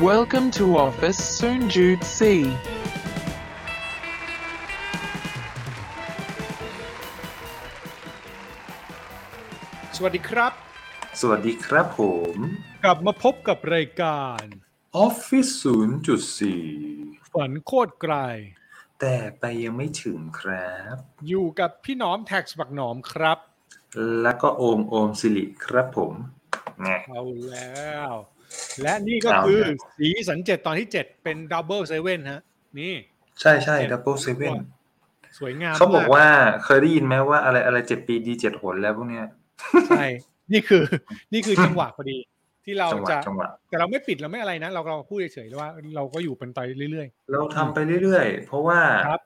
Welcome to office Soonjoot C. สวัสดีครับ สวัสดีครับผม กลับมาพบกับรายการ Office 0.4 ฝันโคตรไกล แต่ไปยังไม่ถึงครับ อยู่กับพี่หน้อมแท็กสบักหนอมครับ แล้วก็โอมโอมสิริครับผมแง่ เอาแล้ว และนี่ก็ เอา คือ แล้ว สีสันเจ็ดตอนที่ 7 เป็นดับเบิลเซเว่นฮะ นี่ ใช่ใช่ดับเบิลเซเว่น สวยงาม เขาบอก ม ว่าเคยได้ยินไหมว่าอะไรอะไรเจ็ดปีดีเจ็ดหนแล้วพวกเนี้ย ใช่นี่คือ นี่ คือจังหวะพอดี ที่เรา จังหวะ จะ จังหวะ แต่เราไม่ปิดเราไม่อะไรนะ เราเราพูดเฉยๆว่าเราก็อยู่เป็นไปเรื่อย เราทำไปเรื่อยๆ เพราะว่า ครับ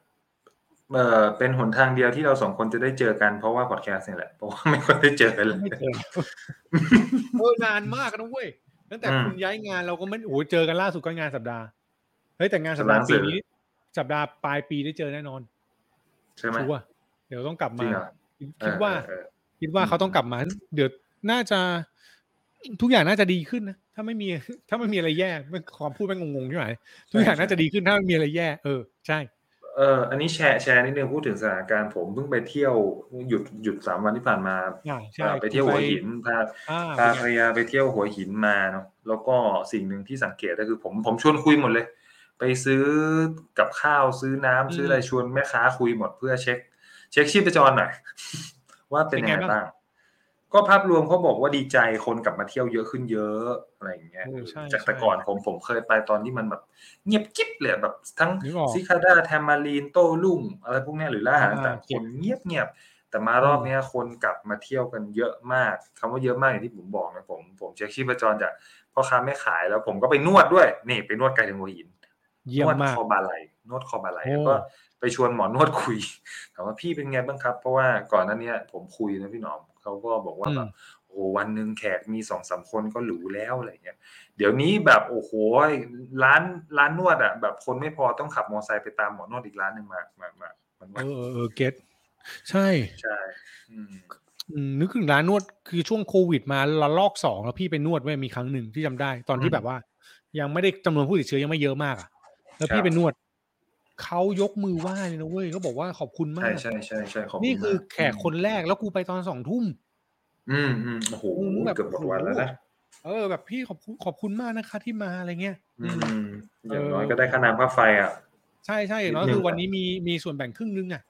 เออเป็นหนทางเดียวที่เราสองคนจะได้เจอกันเพราะว่าพอดแคสต์นี่แหละ เพราะว่าไม่ค่อยได้เจอกันเล ๆ ย ไม่เจอ เออนานมากนะเว้ยตั้งแต่ อืม คุณย้ายงานเราก็ไม่โอ้โหเจอกันล่าสุดก็งานสัปดาห์เฮ้ยแต่งานสัปดาห์ สัปดาห์ ปีนี้ สัปดาห์ปลายปีได้เจอแน่นอน ใช่ไหม ชัวร์เดี๋ยวต้องกลับ จริ มา งเหรอ คิดว่า เออ คิดว่า อืม เขาต้องกลับมา เดี๋ยวน่าจะ ทุกอย่างน่าจะดีขึ้นนะ ถ้าไม่มี ถ้าไม่มีอะไรแย่ไม่ความพูดไม่งงงๆใช่ไหมทุกอย่างน่าจะดีขึ้นถ้าไม่มีอะไรแย่ เออ ใช่ เอออันนี้แชร์แชร์นิดนึงพูดถึงสถานการณ์ผมเพิ่งไปเที่ยวหยุดหยุดสามวันที่ผ่านมา อ่าใช่ ไปเที่ยวหัวหินพา อ่า พาภรรยาไปเที่ยวหัวหินมาเนาะแล้วก็สิ่งหนึ่งที่สังเกตก็คือผมผมชวนคุยหมดเลย ไปซื้อกับข้าวซื้อน้ำซื้ออะไรชวนแม่ค้าคุยหมดเพื่อเช็ค เช็คชีพจรหน่อย ว่าเป็นยังไงบ้าง ก็ภาพรวมเขาบอกว่าดีใจคนกลับมาเที่ยวเยอะขึ้นเยอะอะไรอย่างเงี้ย เออใช่ จาก ใช่ แต่ก่อนผมผมเคยไปตอนที่มันแบบ เงียบกิ๊บเลยแบบทั้ง นึกออก ซิคาดาแทมมารีนโต้รุ่งอะไรพวกเนี้ยหรือล่าอาหารต่างๆ อ่า คนเงียบเงียบๆแต่มารอบเนี้ยคนกลับมาเที่ยวกันเยอะมากคำว่าเยอะมากอย่างที่ผมบอกนะผมผมเช็คชีพจรจากพ่อค้าแม่ขายแล้วผมก็ไปนวดด้วยนี่ไปนวดไกลถึงหัวหิน เยี่ย น ม วด มาก คอบาไหลนวดคอบาไหล โอ้ แล้วก็ไปชวนหมอนวดคุย ถามว่าพี่เป็นไงบ้างครับ เพราะว่าก่อนหน้าเนี้ยผมคุยนะพี่หนอมเขาก็บอกว่า อื แบ ม บโอ้วันหนึ่งแขกมีสองสามคนก็หรูแล้วอะไรเงี้ย เดี๋ยวนี้แบบโอ้โหร้านร้านนวดอ่ะแบบคนไม่พอต้องขับมอเตอร์ไซค์ไปตามหมอนวดอีกร้านหนึ่งมามามามัน เอ ว่า อเออเออเก็ตใช่ ใช่อืม อืมนึกถึงร้านนวดคือช่วงโควิดมาละลอกสองแล้วพี่ไปนวดไว้ยมีครั้งหนึ่งที่จำได้ ตอนที่แบบว่า ยังไม่ได้จำนวนผู้ติดเชื้อยังไม่เยอะมากอะแล้วพี่ไปนวดเขายกมือไหว้เลยนะเว้ยเขาบอกว่าขอบคุณมา ใช่ ก ใช่ใช่ใช่ขอบณ นี่คือ มาก แขกคนแรกแล้วกูไปตอนสองทุ่ม อืมอืมโอ้โห โอ้โหแบบ เกือบหมดวันแล้วนะ เออ แบบพี่ขอบคุณขอบคุณมากนะคะที่มาอะไรเงี้ย อืมอย่างน้อยก็ได้ค่าน้ำค่าไฟอ่ะ ใช่ใช่อย่างน้อย นิดนึง คือวันนี้มีมีส่วนแบ่งครึ่งนึงอ่ะ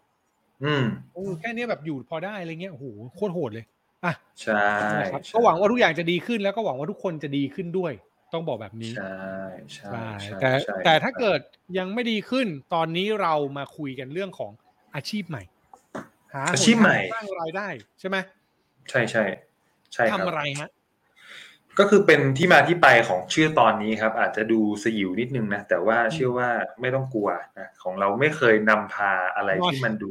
อืม โอ้แค่เนี้ยแบบอยู่พอได้อะไรเงี้ยโอ้โหโคตรโหดเลย ใช่ นะครับก็หวังว่าทุกอย่างจะดีขึ้นแล้วก็หวังว่าทุกคนจะดีขึ้นด้วย ต้องบอกแบบนี้ ใช่ใช่ ใช่ ใช่ แต่ ใช่ แต่ถ้าเกิดยังไม่ดีขึ้นตอนนี้เรามาคุยกันเรื่องของอาชีพใหม่ หา อาชีพใหม่ นทางสร้างรายได้ใช่ไหม ใช่ใช่ใช่ค ทำ รับ อะไรฮะ ก็คือเป็นที่มาที่ไปของชื่อตอนนี้ครับ อาจจะดูสยิวนิดนึงนะ แต่ว่าเชื่อว่าไม่ต้องกลัวนะของเราไม่เคยนำพาอะไร นอน ที่มันดู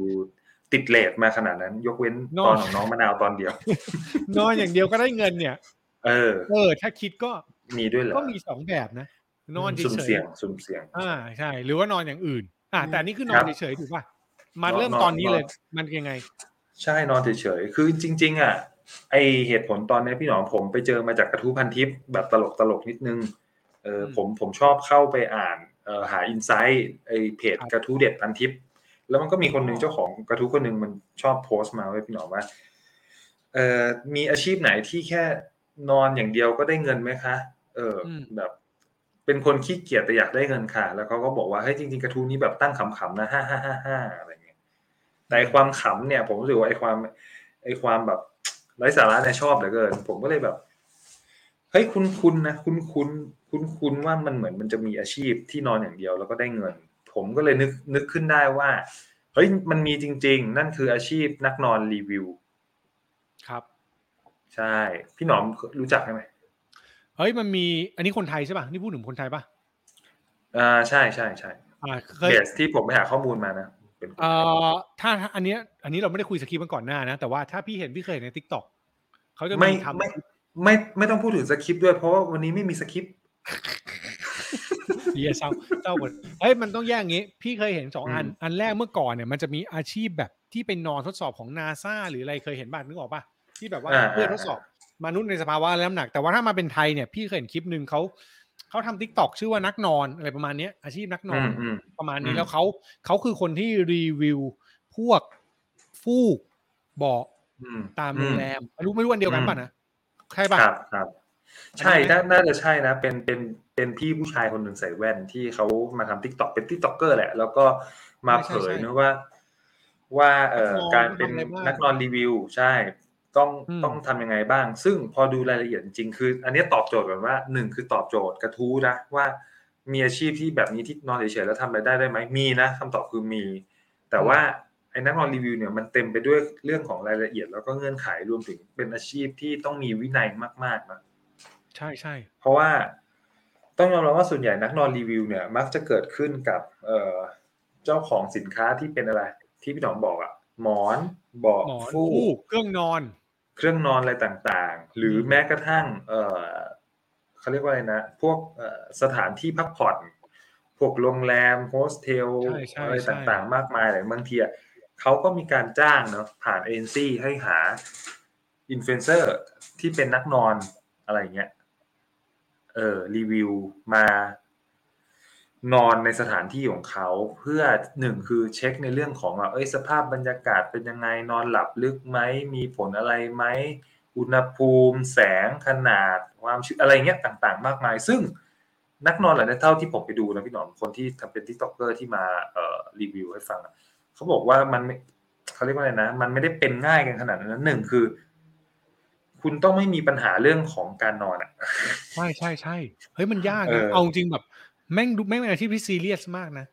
ติดเลทมาขนาดนั้น ยกเว้น นอ ตอน นของน้องมะนาวตอนเดียว นอนอย่างเดียวก็ได้เงินเนี่ย เออ เออถ้าคิดก็ มีด้วยเหรอ ก็มีสองแบบนะ นอนเฉ สุ่ม ย เสี่ยงสุ่มเสี่ยง ๆอ่าใช่ หรือว่านอนอย่างอื่น อ่าแต่อันนี่คือนอ ครั น บ เฉยๆถูกป่ะมาน อน เริ่ม นอน ตอนนี้เลย นอน มันยังไง ใช่นอนเฉยๆ คือจริง ๆ อ่ะ ไอเหตุผลตอนนี้พี่หนอมผมไปเจอมาจากกระทู้พันทิปแบบตลกตลกๆนิดนึง เออ อืม ผมผมชอบเข้าไปอ่านเออหาอินไซต์ไอเพจ ครับ กระทู้เด็ดพันทิป แล้วมันก็มีคนหนึ่ อ๋ ง อ เจ้าของกระทู้คนหนึ่งมันชอบโพสต์มาไว้พี่หนอมว่า เออมีอาชีพไหนที่แค่นอนอย่างเดียวก็ได้เงินไหมคะ เอออ ม แบบ เป็นคนขี้เกียจแต่อยากได้เงินค่ะ แล้วเขาก็บอกว่าเฮ้ยจริงๆกระทู้นี้แบบตั้งขำๆนะฮ่าฮ่าฮ่าฮ่าอะไรเงี้ยแต่ไอ้ความขำเนี่ย ผมรู้สึกว่าไอ้ความไอ้ความแบบ ไร้สาระเนี่ยชอบเหลือเกิน ผมก็เลยแบบเฮ้ยคุณคุณนะคุณคุณคุณคุณว่ามันเหมือนมันจะมีอาชีพที่นอนอย่างเดียวแล้วก็ได้เงิน ผมก็เลยนึกนึกขึ้นได้ว่าเฮ้ยมันมีจริง ๆ นั่นคืออาชีพนักนอนรีวิว ครับ ใช่ พี่หนอมรู้จักใช่ไหม เฮ้ยมันมีอันนี้คนไทยใช่ป่ะนี่พูดถึงคนไทยป่ะ อ่าใช่ใช่ใช่ อ่าเคย เบสที่ผมไปหาข้อมูลมานะเป็น เอ่อถ้าถ้าอันเนี้ยอันนี้เราไม่ได้คุยสคริปต์กันก่อนหน้านะ แต่ว่าถ้าพี่เห็นพี่เคยเห็นในทิกตอกเขาจะ ไม่ ทำ ไม่ไม่ไม่ต้องพูดถึงสคริปต์ด้วยเพราะว่าวันนี้ไม่มีสคริปต์ เยียเศร้าเศร้าหมดเฮ้ยมันต้องแยกอย่างงี้ พี่เคยเห็นสองอัน อืม อันแรกเมื่อก่อนเนี่ยมันจะมีอาชีพแบบที่เป็นนอนทดสอบของนาซาหรืออะไรเคยเห็นบ้างนึกออกปะที่แบบว่าเพื่อทดสอบมนุษย์ในสภาวะไร้น้ำหนัก แต่ว่าถ้ามาเป็นไทยเนี่ยพี่เคยเห็นคลิปหนึ่งเขา เขาทำทิกตอกชื่อว่านักนอนอะไรประมาณเนี้ยอาชีพนักน อื อน มอืม ประมาณนี้ อืม แล้วเขาเขาคือคนที่รีวิวพวกฟูกเบาะ อืม ตาม อื โรงแรมไม่รู้ไม่รู้อันเดียวกันป่ะนะใช่ป่ะ ครับครับใช่ อันนี้ไหม น่าน่าจะใช่นะ เป็นเป็นเป็นพี่ผู้ชายคนหนึ่งใส่แว่นที่เขามาทำทิกตอกเป็นทิกตอกเกอร์แหละ แล้วก็มาเผยนะว่า ว่าเอ่อ นักนอน การเป็น ทำอะไรบ้าง นักนอนรีวิว ใช่ต้อง อืม ต้องทำยังไงบ้าง ซึ่งพอดูรายละเอียดจริงๆคือ อันนี้ตอบโจทย์แบบว่าหนึ่งคือตอบโจทย์กระทู้นะว่ามีอาชีพที่แบบนี้ที่นอนเฉยๆแล้วทำรายได้ได้ไหมมีนะคำตอบคือมี แต่ว่าไอ้นักนอนรีวิวเนี่ยมันเต็มไปด้วยเรื่องของรายละเอียด แล้วก็เงื่อนไขรวมถึงเป็นอาชีพที่ต้องมีวินัยมากๆนะ ใช่ใช่ เพราะว่าต้องยอมรับว่าส่วนใหญ่นักนอนรีวิวเนี่ยมักจะเกิดขึ้นกับเอ่อเจ้าของสินค้าที่เป็นอะไร ที่พี่หนอมบอกอะหมอนเบาะ หมอน ฟู ฟูกกเครื่องนอน เครื่องนอนอะไรต่างๆ หรือแม้กระทั่งเอ่อเขาเรียกว่าอะไรนะ พวกเอ่อสถานที่พักผ่อน พวกโรงแรมโฮสเทล ใช่ใช่ อะไร ใช่ ต่างๆ มากมายหลายบางทีอะ เขาก็มีการจ้างเนาะผ่านเอ็นซี่ให้หาอินฟลูเอนเซอร์ที่เป็นนักนอนอะไรเงี้ยเออรีวิวมานอนในสถานที่ของเขาเพื่อหนึ่งคือเช็คในเรื่องของว่าเอ้ยสภาพบรรยากาศเป็นยังไงนอนหลับลึกไหม มีผลอะไรไหม อุณหภูมิแสงขนาดความชื้นอะไรเงี้ยต่างๆ มากมาย ซึ่งนักนอนหลายท่านเท่าที่ผมไปดูนะพี่หนอมคนที่ทำเป็นทิกตอกเกอร์ที่มาเอ่อรีวิวให้ฟังอะ เขาบอกว่ามันไม่เขาเรียกว่าอะไรนะ มันไม่ได้เป็นง่ายกันขนาดนั้นหนึ่งคือ คุณต้องไม่มีปัญหาเรื่องของการนอนอ่ะ ใช่ใช่ใช่เฮ้ยมันยาก เอ นะ อ เอาจริงแบบ แม่งดูแม่งเป็นอาชีพที่ซีเรียสมากนะ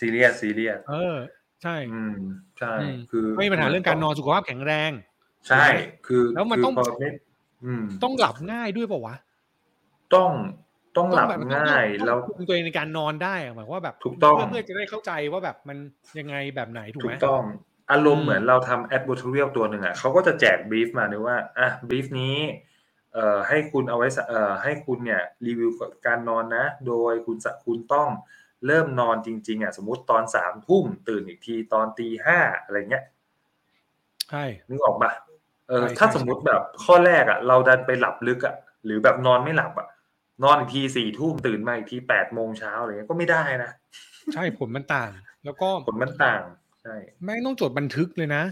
ซีเรียสซีเรียส เออ ใช่ อืมใช่ อืม คือ ไม่มีปัญหาเรื่องการนอนสุขภาพแข็งแรง ใช่คือ แล้วมัน คื ต้อง พเล่นอืม ต้องหลับง่ายด้วยเปล่าวะ ต้องต้องหลับ แ ง่ายแล้ว ต้องคุมตัวเองในการนอนได้อะหมายความว่าแบบ ถูกต้อง เพื่เพื่อจะได้เข้าใจว่าแบบมันยังไงแบบไหนถูก ถู ไหม กต้องอารม อืมณ์เหมือนเราทำแอด e บ t เรียลตัวหนึ่งอ่ะเขาก็จะแจกบรีฟมาเลยว่าอ่ะบรีฟนี้เอ่อให้คุณเอาไว้สเอ่อให้คุณเนี่ยรีวิวการนอนนะ โดยคุณสะคุณต้องเริ่มนอนจริงๆอ่ะสมมติตอนสามทุ่มตื่นอีกทีตอนตีห้าอะไรเงี้ย ใช่ นึกออกปะเออ ใช่ ถ้า ใช่ สมมติแบบข้อแรกอ่ะเราดันไปหลับลึกอ่ะหรือแบบนอนไม่หลับอ่ะนอนอีกทีสี่ทุ่มตื่นมาอีกทีแปดโมงเช้าอะไรเงี้ยก็ไม่ได้นะ ใช่ผลมันต่าง แล้วก็ ผลมันต่างใช่ แม่งต้องจดบันทึกเลยนะ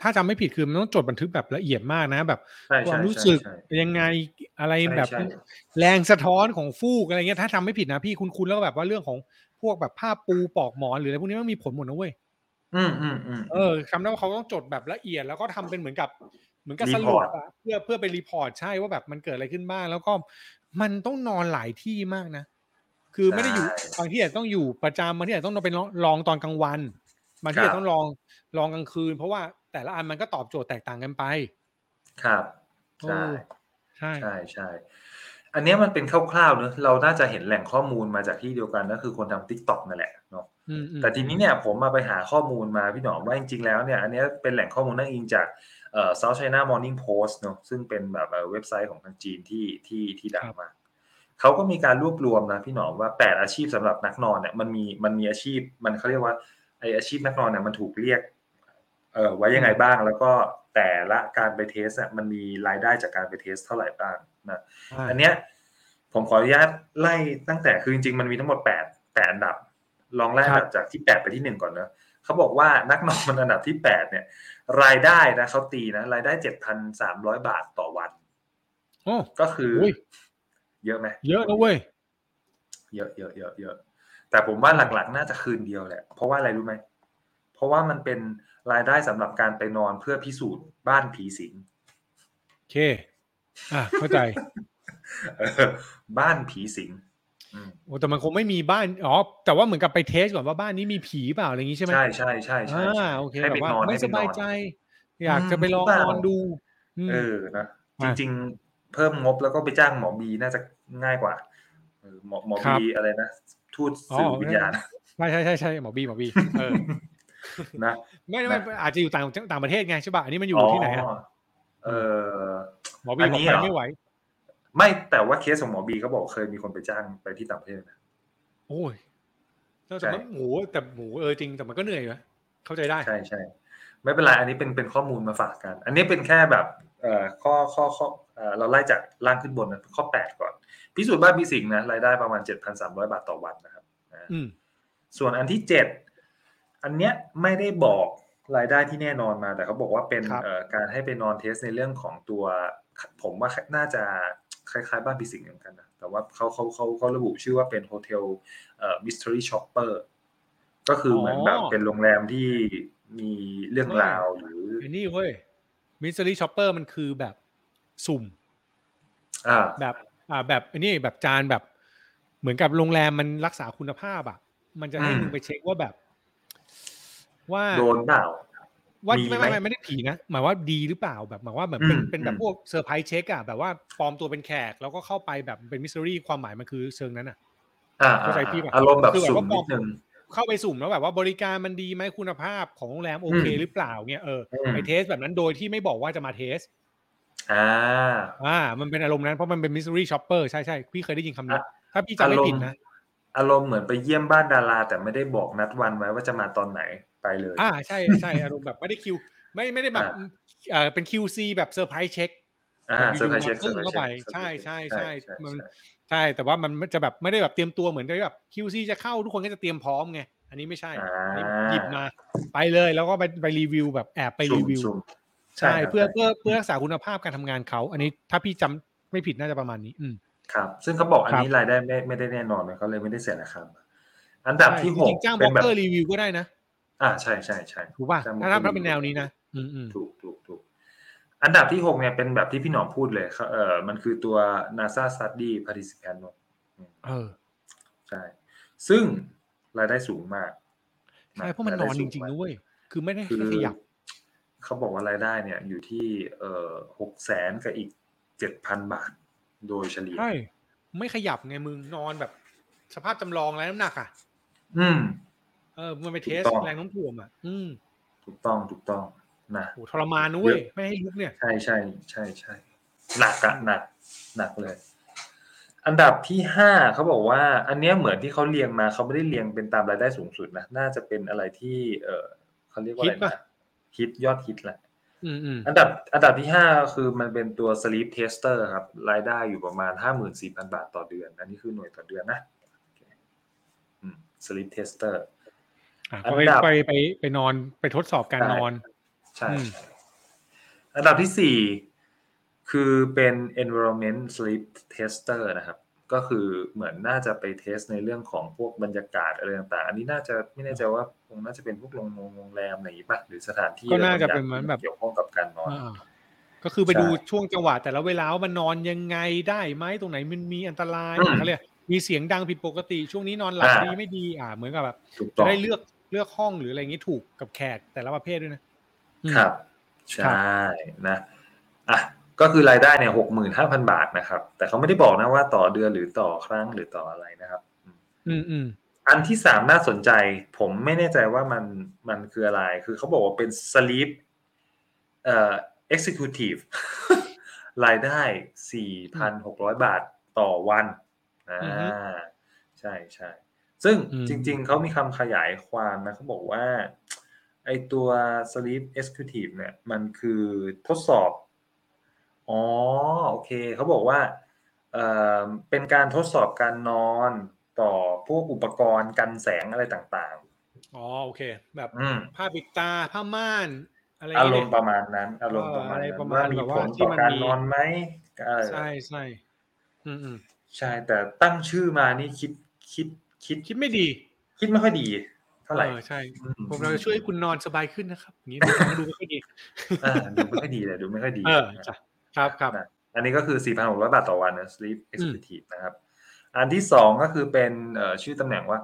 ถ้าจำไม่ผิดคือมันต้องจดบันทึกแบบละเอียดมากนะ แบบ ใช่ ค ใช่ วามรู้ ใช่ สึก ใช่ ยังไงอะไร ใช่ แบบ ใช่ แรงสะท้อนของฟูกอะไรเงี้ยถ้าจำไม่ผิดนะพี่คุณคุณแล้วก็แบบว่าเรื่องของพวกแบบผ้าปูปอกหมอนหรืออะไรพวกนี้มันมีผลหมดนะเว้ย อืมอืมอืม เออคำนั้นว่าเขาต้องจดแบบละเอียดแล้วก็ทำเป็นเหมือนกับเหมือนกับ รี ส พ รุ อ ป ร์ต อะเพื่อเพื่อไปรีพอร์ตใช่ว่าแบบมันเกิดอะไรขึ้นบ้างแล้วก็มันต้องนอนหลายที่มากนะ คือไม่ได้อยู่บางที่อาจจะต้องอยู่ประจำบางที่อาจจะต้องนอนเป็นรองตอนกลางวันบางที่อาจจะต้องลองลองกลางคืน เพราะว่าแต่ละอันมันก็ตอบโจทย์แตกต่างกันไป ครับ โอ้ ใช่ ใช่ ใช่ใช่อันเนี้ยมันเป็นคร่าวๆเนอะเราน่าจะเห็นแหล่งข้อมูลมาจากที่เดียวกันก็คือคนทำ t ิ k t o k นั่นแหละเนาะ อืมอืม แต่ทีนี้เนี่ยผมมาไปหาข้อมูลมาพี่หนอมว่าจริงๆแล้วเนี่ยอันเนี้ยเป็นแหล่งข้อมูลนั่งอิงจากเอ่อ South China Morning Post เนาะซึ่งเป็นแบบเอ่อเว็บไซต์ของทางจีนที่ที่ที่ดังมากเขาก็มีการรวบรวมนะพี่หนอมว่า 8 อาชีพสำหรับนักนอนเนี่ยมันมีมันมีอาชีพมันเขาเรียกว่าไออาชีพนักนอนเนี่ยมันถูกเรียก เออไว้ยังไงบ้างแล้วก็แต่ละการไปเทสเนี่ยมันมีรายได้จากการไปเทสเท่าไหร่บ้างนะอันเนี้ยผมขออนุญาตไล่ตั้งแต่คือจริงๆมันมีทั้งหมด8แปดอันดับ ลองไล่อันดับจากที่ 8 ไปที่ 1 ก่อนนะเขาบอกว่านักนอนอันดับที่ 8 เนี่ย รายได้นะเขาตีนะ รายได้ 7,300 บาทต่อวัน โอ้ ก็คืออย เยอะไหม เยอะนะเว้ย เยอะเยอะเยอะเยอะแต่ผมว่าหลักๆ น่าจะคืนเดียวแหละ เพราะว่าอะไรรู้ไหมเพราะว่ามันเป็นรายได้สำหรับการไปนอนเพื่อพิสูจน์บ้านผีสิง โอเค อ่ะ เข้าใจ เออบ้านผีสิงอืม โอ้แต่มันคงไม่มีบ้าน อ๋อ แต่ว่าเหมือนกับไปเทสก่อนว่าบ้านนี้มีผีเปล่าอะไรอย่างงี้ใช่ไหม ใช่ใช่ใช่ใช่ อ่า ใช่ โอเค ให้ แบ ไป บว่าน อน ไม่ ให้ไปนอบสาย น ใจ อยากจะไปลอง อืม นอนดูอืม เออนะจ อ่ะ ริง ๆ เพิ่มงบแล้วก็ไปจ้างหมอบีน่าจะง่ายกว่าเออหมอหมอ ครับ บีอะไรนะทูตสื่อ อ วิญญาณ ใช่ใช่ใช่ใช่หมอบีหมอบีเออ นะ ไม่ ไม่ไม่อาจจะอยู่ต่างต่างประเทศไงใช่ป่ะอันนี้มันอยู่ที่ไหนอะ เออ หมอบี อัน บอกนี้เห ไป รอ ไม่ไหว ไม่แต่ว่าเคสของหมอบีเขาบอกเคยมีคนไปจ้างไปที่ต่างประเทศนะ โอ้ยแล้วแต่ ใช่ มันโหแต่หมูเออจริงแต่มันก็เหนื่อยนะเข้าใจได้ ใช่ใช่ไม่เป็นไรอันนี้เป็นเป็นข้อมูลมาฝากกัน อันนี้เป็นแค่แบบเอ่อข้อข้อข้อ เอ่อเราไล่จากล่างขึ้นบนนะข้อ 8 ก่อน พิสูจน์บ้านพิสิงห์นะรายได้ประมาณ 7,300 บาทต่อวันนะครับอ่า อืม ส่วนอันที่ 7 อันเนี้ยไม่ได้บอกรายได้ที่แน่นอนมาแต่เขาบอกว่าเป็น ครับ เอ่อการให้ไปนอนเทสในเรื่องของตัว ผมว่าน่าจะคล้ายๆบ้านพิสิงห์เหมือนกันนะแต่ว่าเขาเขาเขาเขาระบุชื่อว่าเป็นโฮเทลเอ่อมิสทรีช็อปเปอร์ก็คือเหมือนแบบเป็นโรงแรมที่มีเรื่องราวหรือ ไอ้นี่เว้ยมิสซิลี่ช็อปเปอร์มันคือแบบสุ่ม อ่า แบบอ่าแบบไอ้นี่แบบจานแบบ เหมือนกับโรงแรมมันรักษาคุณภาพอ่ะ มันจะให้ อืม มึงไปเช็คว่าแบบ ว่า โดนเปล่า ว่า มี ไม่ ไหม ไม่ไม่ไม่ได้ผีนะหมายว่าดีหรือเปล่าแบบหมายว่าแบบเป็น อืม เป็นแบบ อืม พวกเซอร์ไพรส์เช็คอ่ะแบบว่าปลอมตัวเป็นแขก แล้วก็เข้าไปแบบเป็นมิสซิรี่ความหมายมันคือเชิงนั้นอ่ะ อ่า เข้าใจพี่ป่ะ อารมณ์แบบ คือแบบ สูง ว่าปล นิ อม ดนึง เข้าไปสุ่มแล้วแบบว่าบริการมันดีไหมคุณภาพของโรงแรมโอเค อืม หรือเปล่าเนี่ยเอออ ม ไปเทสแบบนั้นโดยที่ไม่บอกว่าจะมาเทส อ่า อ่า มันเป็นอารมณ์นั้นเพราะมันเป็นมิสซิรี่ช็อปเปอร์ใช่ใช่พี่เคยได้ยินคำนี้ อ่ะ ถ้าพี่จำไม่ผิดนะ อารมณ์เหมือนไปเยี่ยมบ้านดารา แต่ไม่ได้บอกนัดวันไว้ว่าจะมาตอนไหนไปเลย อ่าใช่ใช่ อารมณ์แบบไม่ได้คิว ไม่ไม่ได้แบบ อ่า เออเป็น QC แบบเซอร์ไพรส์เช็ค อ่า อยู่ๆ เซอร์ไพรส์เช็ค มาปึ้งเข้าไป เซอร์พรส์เช็ค ใช่ใช่ ใช่ มัน ใช่ ใช่แต่ว่ามันจะแบบไม่ได้แบบเตรียมตัวเหมือนกับแบบ QC จะเข้าทุกคนก็จะเตรียมพร้อมไง อันนี้ไม่ใช่ อ่า อันนี้หยิบมา ไปเลยแล้วก็ไปไปรีวิวแบบแอบไปรีวิว สุ่มๆ ใช่ ครับ เพื่อเพื่อเพื่อรักษาคุณภาพการทำงานเขา อันนี้ถ้าพี่จำไม่ผิดน่าจะประมาณนี้ อืม ครับ ซึ่งเขาบอกอัน ครับ นี้รายได้ไม่ไม่ได้แน่นอนเลยเขาเลยไม่ได้เสียราคามาอันดับที่ห ใช่จ ก ริงๆจ้างบ เป็ ล็อน ก แบบ เกอร์รีวิวก็ได้นะ อ่าใช่ใช่ใช่ ถูกป่ะ จ้างบล็อกเกอร์ ถ้าถ้าเป็น รีวิว แนวนี้นะอืมอืม ถูกถูกถูกอันดับที่หกเนี่ยเป็นแบบที่พี่หนอมพูดเลยเขาเออมันคือตัว NASA Study Participant เนอะ เออ ใช่ ซึ่งรายได้สูงมาก ใช่เพราะมันนอนจริงๆนะเว้ยคือไม่ได้ คือ แค่ขยับ เขาบอกว่ารายได้เนี่ยอยู่ที่เออหกแสนกับอีกเจ็ดพันบาท โดยเฉลี่ย ใช่ไม่ขยับไงมึงนอนแบบ สภาพจำลองแล้วน้ำหนักอ่ะ อืม เออมันไปเทส ถูกต้อง แรงโน้มถ่วงอ่ะ อืม ถูกต้องถูกต้องนะ โหทรมานนะเว้ย เยอะ ไม่ให้ลุกเนี่ย ใช่ใช่ใช่ใช่หนักอะหนักหนักเลย อันดับที่ห้าเขาบอกว่า อันเนี้ยเหมือนที่เขาเรียงมาเขาไม่ได้เรียงเป็นตามรายได้สูงสุดนะน่าจะเป็นอะไรที่เออเขาเรียกว่าอะไร ฮิตปะ นะฮิตยอดฮิตแหละ อืมอืม อันดับอันดับที่ห้าคือมันเป็นตัว sleep tester ครับ รายได้อยู่ประมาณห้าหมื่นสี่พันบาทต่อเดือน อันนี้คือหน่วยต่อเดือนนะโอเคอืม sleep tester อ่ะ อัน ก็ไป ดับ ไปไปไปนอนไปทดสอบการนอน ใช่ อืม ใช่อันดับที่สี่คือเป็น environment sleep tester นะครับ ก็คือเหมือนน่าจะไปเทสในเรื่องของพวกบรรยากาศอะไรต่างๆ อันนี้น่าจะไม่แน่ใจว่าคงน่าจะเป็นพวกโรงแรมโรงแรมอะไรอย่างงี้ป่ะหรือสถานที่ ก็ อะไร น่าจะ บงอย่ง เป็นเหมือนแบบ เกี่ยวข้องกับการนอน อ่าก็คือไป ใช่ ดูช่วงจังหวะแต่ละเวลาว่ามันนอนยังไงได้ไหมตรงไหนมันมีอันตราย อืม เขาเรียกมีเสียงดังผิดปกติ ช่วงนี้นอนหลับ อ่า ดีไม่ดีอ่าเหมือนกับแบบ ถูกต้ จะ อง ได้เลือกเลือกห้องหรืออะไรอย่างงี้ถูกกับแขกแต่ละประเภทด้วยนะอืม ครับ ครั ใช่ บ นะอ่ะก็คือรายได้เนี่ยหกหมื่นห้าพันบาทนะครับ แต่เขาไม่ได้บอกนะว่าต่อเดือนหรือต่อครั้งหรือต่ออะไรนะครับ อืมอืม อันที่สามน่าสนใจ ผมไม่แน่ใจว่ามันมันคืออะไร คือเขาบอกว่าเป็น sleep เอ่อ executive รายได้ 4,600 บาทต่อวันอ่าใช่ใช่ซึ่งจริงๆ เขามีคำขยายความนะเขาบอกว่า ไอตัว sleep executive เนี่ย มันคือทดสอบ อ๋อ โอเค เขาบอกว่า เอ่อเป็นการทดสอบการนอนต่อพวกอุปกรณ์กันแสงอะไรต่าง อ๋อโอเค แบบ ๆ อืม ผ้าปิดตาผ้าม่านอะไร อาร เนี่ ม ย ณ์ประมาณนั้น อารมณ์ประมาเออณอะไร นั้น ประมา ว่า ณ มี แบบ ผ ว่า ล ที่ ต่อ มัน การ มี นอนไหมเออ ใช่ใช่อืมอืม ใช่แต่ตั้งชื่อมานี่คิดคิดคิด คิดไม่ดี คิดไม่ค่อยดีเท่าไหร่ เออใช่ ม ผมเราจะช่วยให้คุณนอนสบายขึ้นนะครับอย่างนี้ดูฟังดูไม่ค่อยดี อ่าดูไม่ค่อยดีเลยดูไม่ค่อยดี เออจ้ะครับครับ นะอันนี้ก็คือ 4,600 บาทต่อวันนะ sleep executive นะครับ อันที่สองก็คือเป็นเอ่อชื่อตำแหน่งว่า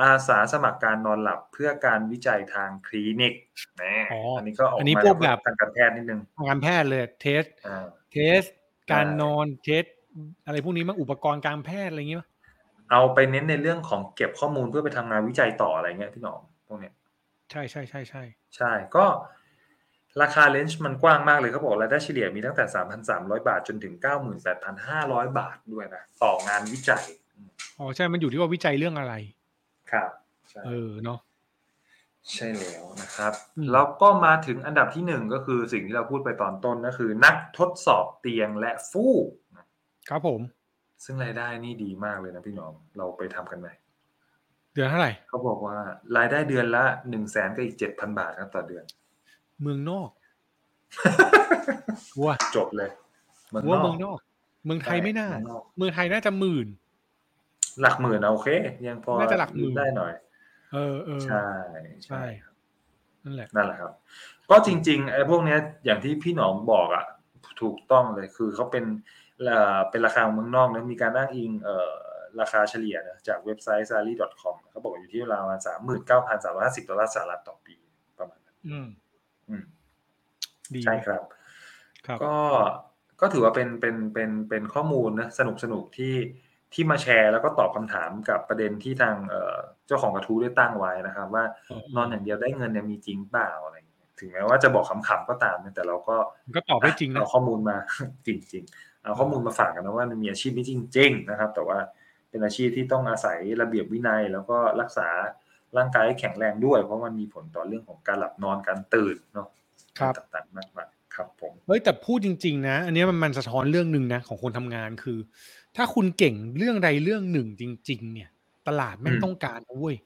อาสาสมัครการนอนหลับเพื่อการวิจัยทางคลินิกนะ อ๋ออั อันนี้ก็ออก อั มาน นี้พวกแบบ ทางการแพทย์นิดนึง ทางการแพทย์เลยเทส อ่า เทส การนอนเทส อะไรพวกนี้มั้งอุปกรณ์การแพทย์อะไรอย่างเงี้ย เอาไปเน้นในเรื่องของเก็บข้อมูลเพื่อไปทำงานวิจัยต่ออะไรเงี้ยพี่หนอมพวกเนี้ย ใช่ใช่ใช่ใช่ ใช่ก็ราคาเลนส์มันกว้างมากเลยเขาบอกรายได้เฉลี่ยมีตั้งแต่ 3,300 บาทจนถึง 98,500 บาทด้วยนะ ต่องานวิจัย อ๋อใช่มันอยู่ที่ว่าวิจัยเรื่องอะไร ครับใช่ เออเนาะ ใช่แล้วนะครับ อืม แล้วก็มาถึงอันดับที่หนึ่งก็คือสิ่งที่เราพูดไปตอนต้นก็คือ นักทดสอบเตียงและฟูก ครับผม ซึ่งรายได้นี่ดีมากเลยนะพี่หน้องเราไปทำกันไหม เดือนเท่าไหร่ เขาบอกว่ารายได้เดือนละหนึ่งแสนก็อีกเจ็ดพันบาทครับต่อเดือน เมืองนอกวัว จบเลยเมือง วั น ว อก เมืองนอก เมืองไทยไม่น่า เองอก เมืองไทยน่าจะหมื่น หลักหมื่นเอาโอเค ยังพอ น่าจะหลักหมื่น ได้หน่อย เออเออ ใช่ ใช่นั่นแหละ นั่นแหละครับ ก็จริงๆไอ้พวกเนี้ยอย่างที่พี่หนอมบอกอ่ะถูกต้องเลยคือเขาเป็นเอ่อเป็นราคาของเมืองนอกนะมีการอ้างอิงเอ่อราคาเฉลี่ยนะจากเว็บไซต์ salary.com เขาบอกอยู่ที่ราวประมาณสามหมื่นเก้าพันสามร้อยห้าสิบดอลลาร์สหรัฐต่อปีประมาณนั้น อืม อืม ดี ใช่ครับ ครับ ก็ก็ถือว่าเป็นเป็นเป็นเป็นข้อมูลนะสนุกสนุกที่ที่มาแชร์แล้วก็ตอบคำถามกับประเด็นที่ทางเอ่อเจ้าของกระทู้ได้ตั้งไว้นะครับ ว่า อืม นอนอย่างเดียวได้เงินเนี่ยมีจริงเปล่าอะไรอย่างเงี้ยถึงแม้ว่าจะบอกขำๆก็ตามนะแต่เราก็ มันก็ตอบได้จริงนะ เอาข้อมูลมา จริง ๆ เอาข้อมูลมาฝากกันนะว่ามันมีอาชีพนี้จริง ๆ นะครับ แต่ว่าเป็นอาชีพที่ต้องอาศัยระเบียบวินัย แล้วก็รักษาร่างกายให้แข็งแรงด้วย เพราะมันมีผลต่อเรื่องของการหลับนอนการตื่นเนาะ ครับ ต่างๆมากมายครับผม เฮ้ยแต่พูดจริงๆนะ อันเนี้ยมันมันสะท้อนเรื่องหนึ่งนะของคนทำงานคือ ถ้าคุณเก่งเรื่องใดเรื่องหนึ่งจริง ๆ เนี่ย ตลาดแม่ง อืม ต้องการนะเว้ย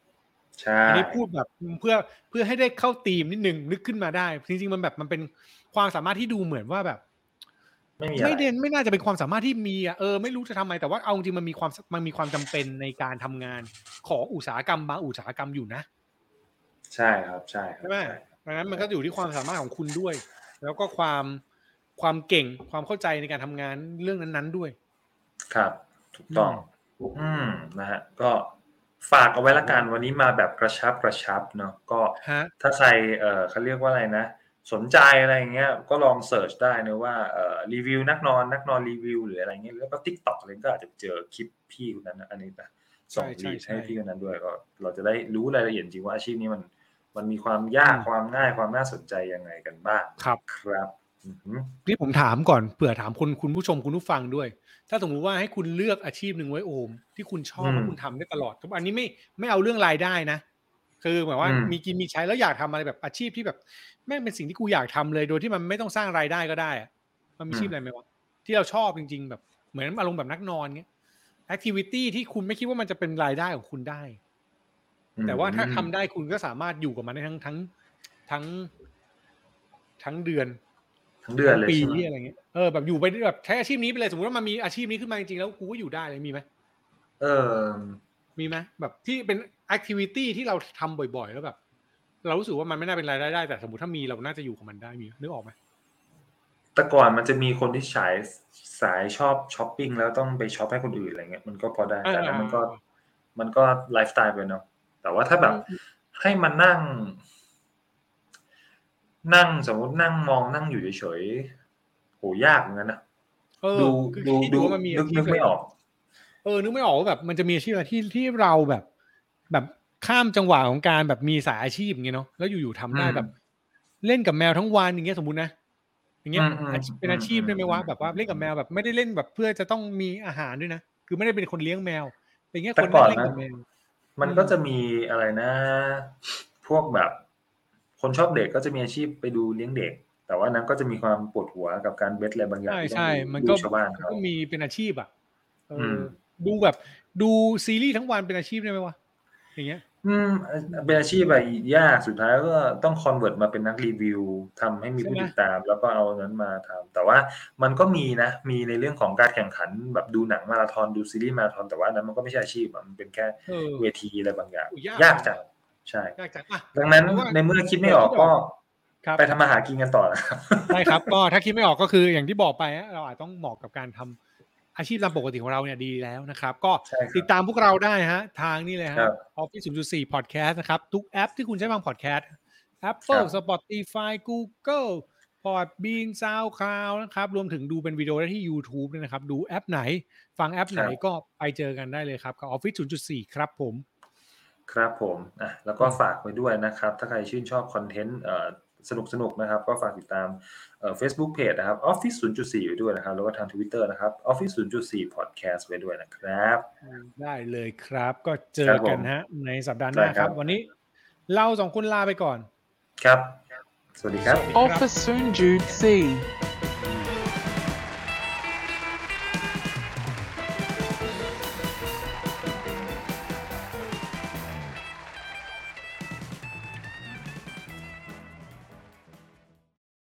ใช่ อันนี้พูดแบบเพื่อเพื่อให้ได้เข้าธีมนิดนึงนึกขึ้นมาได้จริงๆมันแบบมันเป็นความสามารถที่ดูเหมือนว่าแบบ ไม่มีอะไร ไม่เด่นไม่น่าจะเป็นความสามารถที่มีอ่ะเออไม่รู้จะทำไมแต่ว่าเอาจริงมันมีความมันมีความจำเป็นในการทำงานของอุตสาหกรรมบางอุตสาหกรรมอยู่นะ ใช่ครับใช่ครับ ใช่ไหม ใช่ ดังนั้นมันก็อยู่ที่ความสามารถของคุณด้วย แล้วก็ความความเก่งความเข้าใจในการทำงานเรื่องนั้นๆด้วย ครับ ถูกต้อง อืมนะฮะก็ฝากเอาไว้ละกันวันนี้มาแบบกระชับกระชับเนาะก็ ฮะ ถ้าใครเออเขาเรียกว่าอะไรนะ สนใจอะไรอย่างเงี้ยก็ลองเสิร์ชได้นะว่าเออรีวิวนักนอนนักนอนรีวิวหรืออะไรเงี้ยแล้วก็ทิกตอกอะไรก็อาจจะเจอคลิปพี่คนนั้นนะอันนี้นะส่ง ใช่ รีด ใช่ ให้พี่คนนั้นด้วยก็เราจะได้รู้รายละเอียดจริงว่าอาชีพนี้มันมันมีความยาก อืม ความง่ายความน่าสนใจยังไงกันบ้าง ครับ ครับอือหือ นี่ผมถามก่อนเผื่อถามคนคุณผู้ชมคุณผู้ฟังด้วย ถ้าสมมติว่าให้คุณเลือกอาชีพหนึ่งไว้โอม ที่คุณชอบ อืม แล้วคุณทำได้ตลอดทุกอันนี้ไม่ไม่เอาเรื่องรายได้นะ คือหมายว่า อืม มีกินมีใช้แล้วอยากทำอะไรแบบอาชีพที่แบบแม่งเป็นสิ่งที่กูอยากทำเลยโดยที่มันไม่ต้องสร้างรายได้ก็ได้อะมันมีอาชีพอะไรไหมวะที่เราชอบจริง ๆ แบบเหมือนอารมณ์แบบนักนอนเงี้ยแอคทิวิตี้ที่คุณไม่คิดว่ามันจะเป็นรายได้ของคุณได้ แต่ว่าถ้าทำได้คุณก็สามารถอยู่กับมันได้ทั้งทั้งทั้งทั้งเดือน ทั้งเดือนเลย ปี ใช่ไหม อะไรเงี้ย เออแบบอยู่ไปแบบใช้อาชีพนี้ไปเลยสมมติว่ามันมีอาชีพนี้ขึ้นมาจริงๆแล้วกูก็อยู่ได้เลยมีไหม เออ มีไหมแบบที่เป็นแอคทิวิตี้ที่เราทำบ่อยๆ แล้วแบบ เรารู้สึกว่ามันไม่น่าเป็นรายได้ได้แต่สมมติถ้ามีเราน่าจะอยู่กับมันได้มีไหมนึกออกไหม แต่ก่อนมันจะมีคนที่สายสายชอบช้อปปิ้งแล้วต้องไปช็อปให้คนอื่นอะไรเงี้ยมันก็พอได้แต่นั้นมันก็มันก็ไลฟ์สไตล์ไปเนาะแต่ว่าถ้าแบบให้มันนั่ง นั่งสมมตินั่งมองนั่งอยู่เฉยๆโหยากเหมือนกันนะ เออ ดู คือ ดู คิ ดู ว่ามันมี นึ อาก ชี นึ พ กไม่ออก เออนึกไม่ออกว่าแบบมันจะมีอาชีพอะไรที่ที่เราแบบ แบบข้ามจังหวะของการแบบมีสายอาชีพอย่างเงี้ยเนาะแล้วอยู่ๆทำได้ อืม แบบ เล่นกับแมวทั้งวันอย่างเงี้ยสมมตินะอย่างเงี้ย อืมอืม อาชีพเป็นอาชีพได้ไหมวะ อืม แบบว่าเล่นกับแมวแบบไม่ได้เล่นแบบเพื่อจะต้องมีอาหารด้วยนะคือไม่ได้เป็นคนเลี้ยงแมวอย่างเงี้ย แต่ คน ก่ นั่งอนเล่น นะ กับแมว มันก็จะมีอะไรนะ พวกแบบ คนชอบเด็กก็จะมีอาชีพไปดูเลี้ยงเด็ก แต่ว่านั้นก็จะมีความปวดหัวกับการเบ็ดอะไรบางอย่าง ใช่ ที่ต้ ใช่ อง มันก็ดูดูชาวบ้านเขา ก็มีเป็นอาชีพอ่ะเออ ม อดูแบบดูซีรีส์ทั้งวันเป็นอาชีพได้ไหมวะอย่างเงี้ย อืมเป็นอาชีพแบบยากสุดท้ายก็ต้องคอนเวิร์ตมาเป็นนักรีวิวทำให้มีผู้ ใช่ไหม ติดตาม แล้วก็เอานั้นมาทำแต่ว่ามันก็มีนะ มีในเรื่องของการแข่งขันแบบดูหนังมาราธอนดูซีรีส์มาราธอนแต่ว่าอันนั้นมันก็ไม่ใช่อาชีพอะมันเป็นแค่ เออ เวทีอะไรบางอย่าง ยาก ยากจังใช่ ยากจังอ่ะ ดังนั้น เพราะว่า ในเมื่อคิดไม่ออก คิดไม่ ก็ ออกครับ ไปทำมาหากินกันต่อนะครับ ได้ครับ ก็ถ้าคิดไม่ออกก็คืออย่างที่บอกไปฮะเราอาจต้องเหมาะกับการทำอาชีพตามปกติของเราเนี่ยดีแล้วนะครับ ก็ ใช่ครับ ติดตามพวกเราได้ฮะ ทางนี่เลยฮะ ครับ Office 0.4 Podcast นะครับ ทุกแอปที่คุณใช้ฟัง podcast Apple ครับ Spotify Google Podbean SoundCloud นะครับ รวมถึงดูเป็นวิดีโอได้ที่ YouTube ด้วยนะครับ ดูแอปไหน ฟังแอปไหนก็ไปเจอกันได้เลยครับกับ Office 0.4 ครับผม ครับผมอ่ะแล้วก็ฝากไว้ด้วยนะครับ ถ้าใครชื่นชอบคอนเทนต์เอ่อสนุกสนุกๆนะครับ ก็ฝากติดตามเอ่อ Facebook Page นะครับ Office 0.4 ไว้ด้วยนะครับ แล้วก็ทาง Twitter นะครับ Office 0.4 Podcast ไว้ด้วยนะครับ ได้เลยครับ ก็เจ ครั อบ ผม กันฮะในสัปดาห์หน้า ได้ค ค รั รับ บ วันนี้ เราสองคนลาไปก่อน ครับ สวัสดีครับ Office Soon Jude C.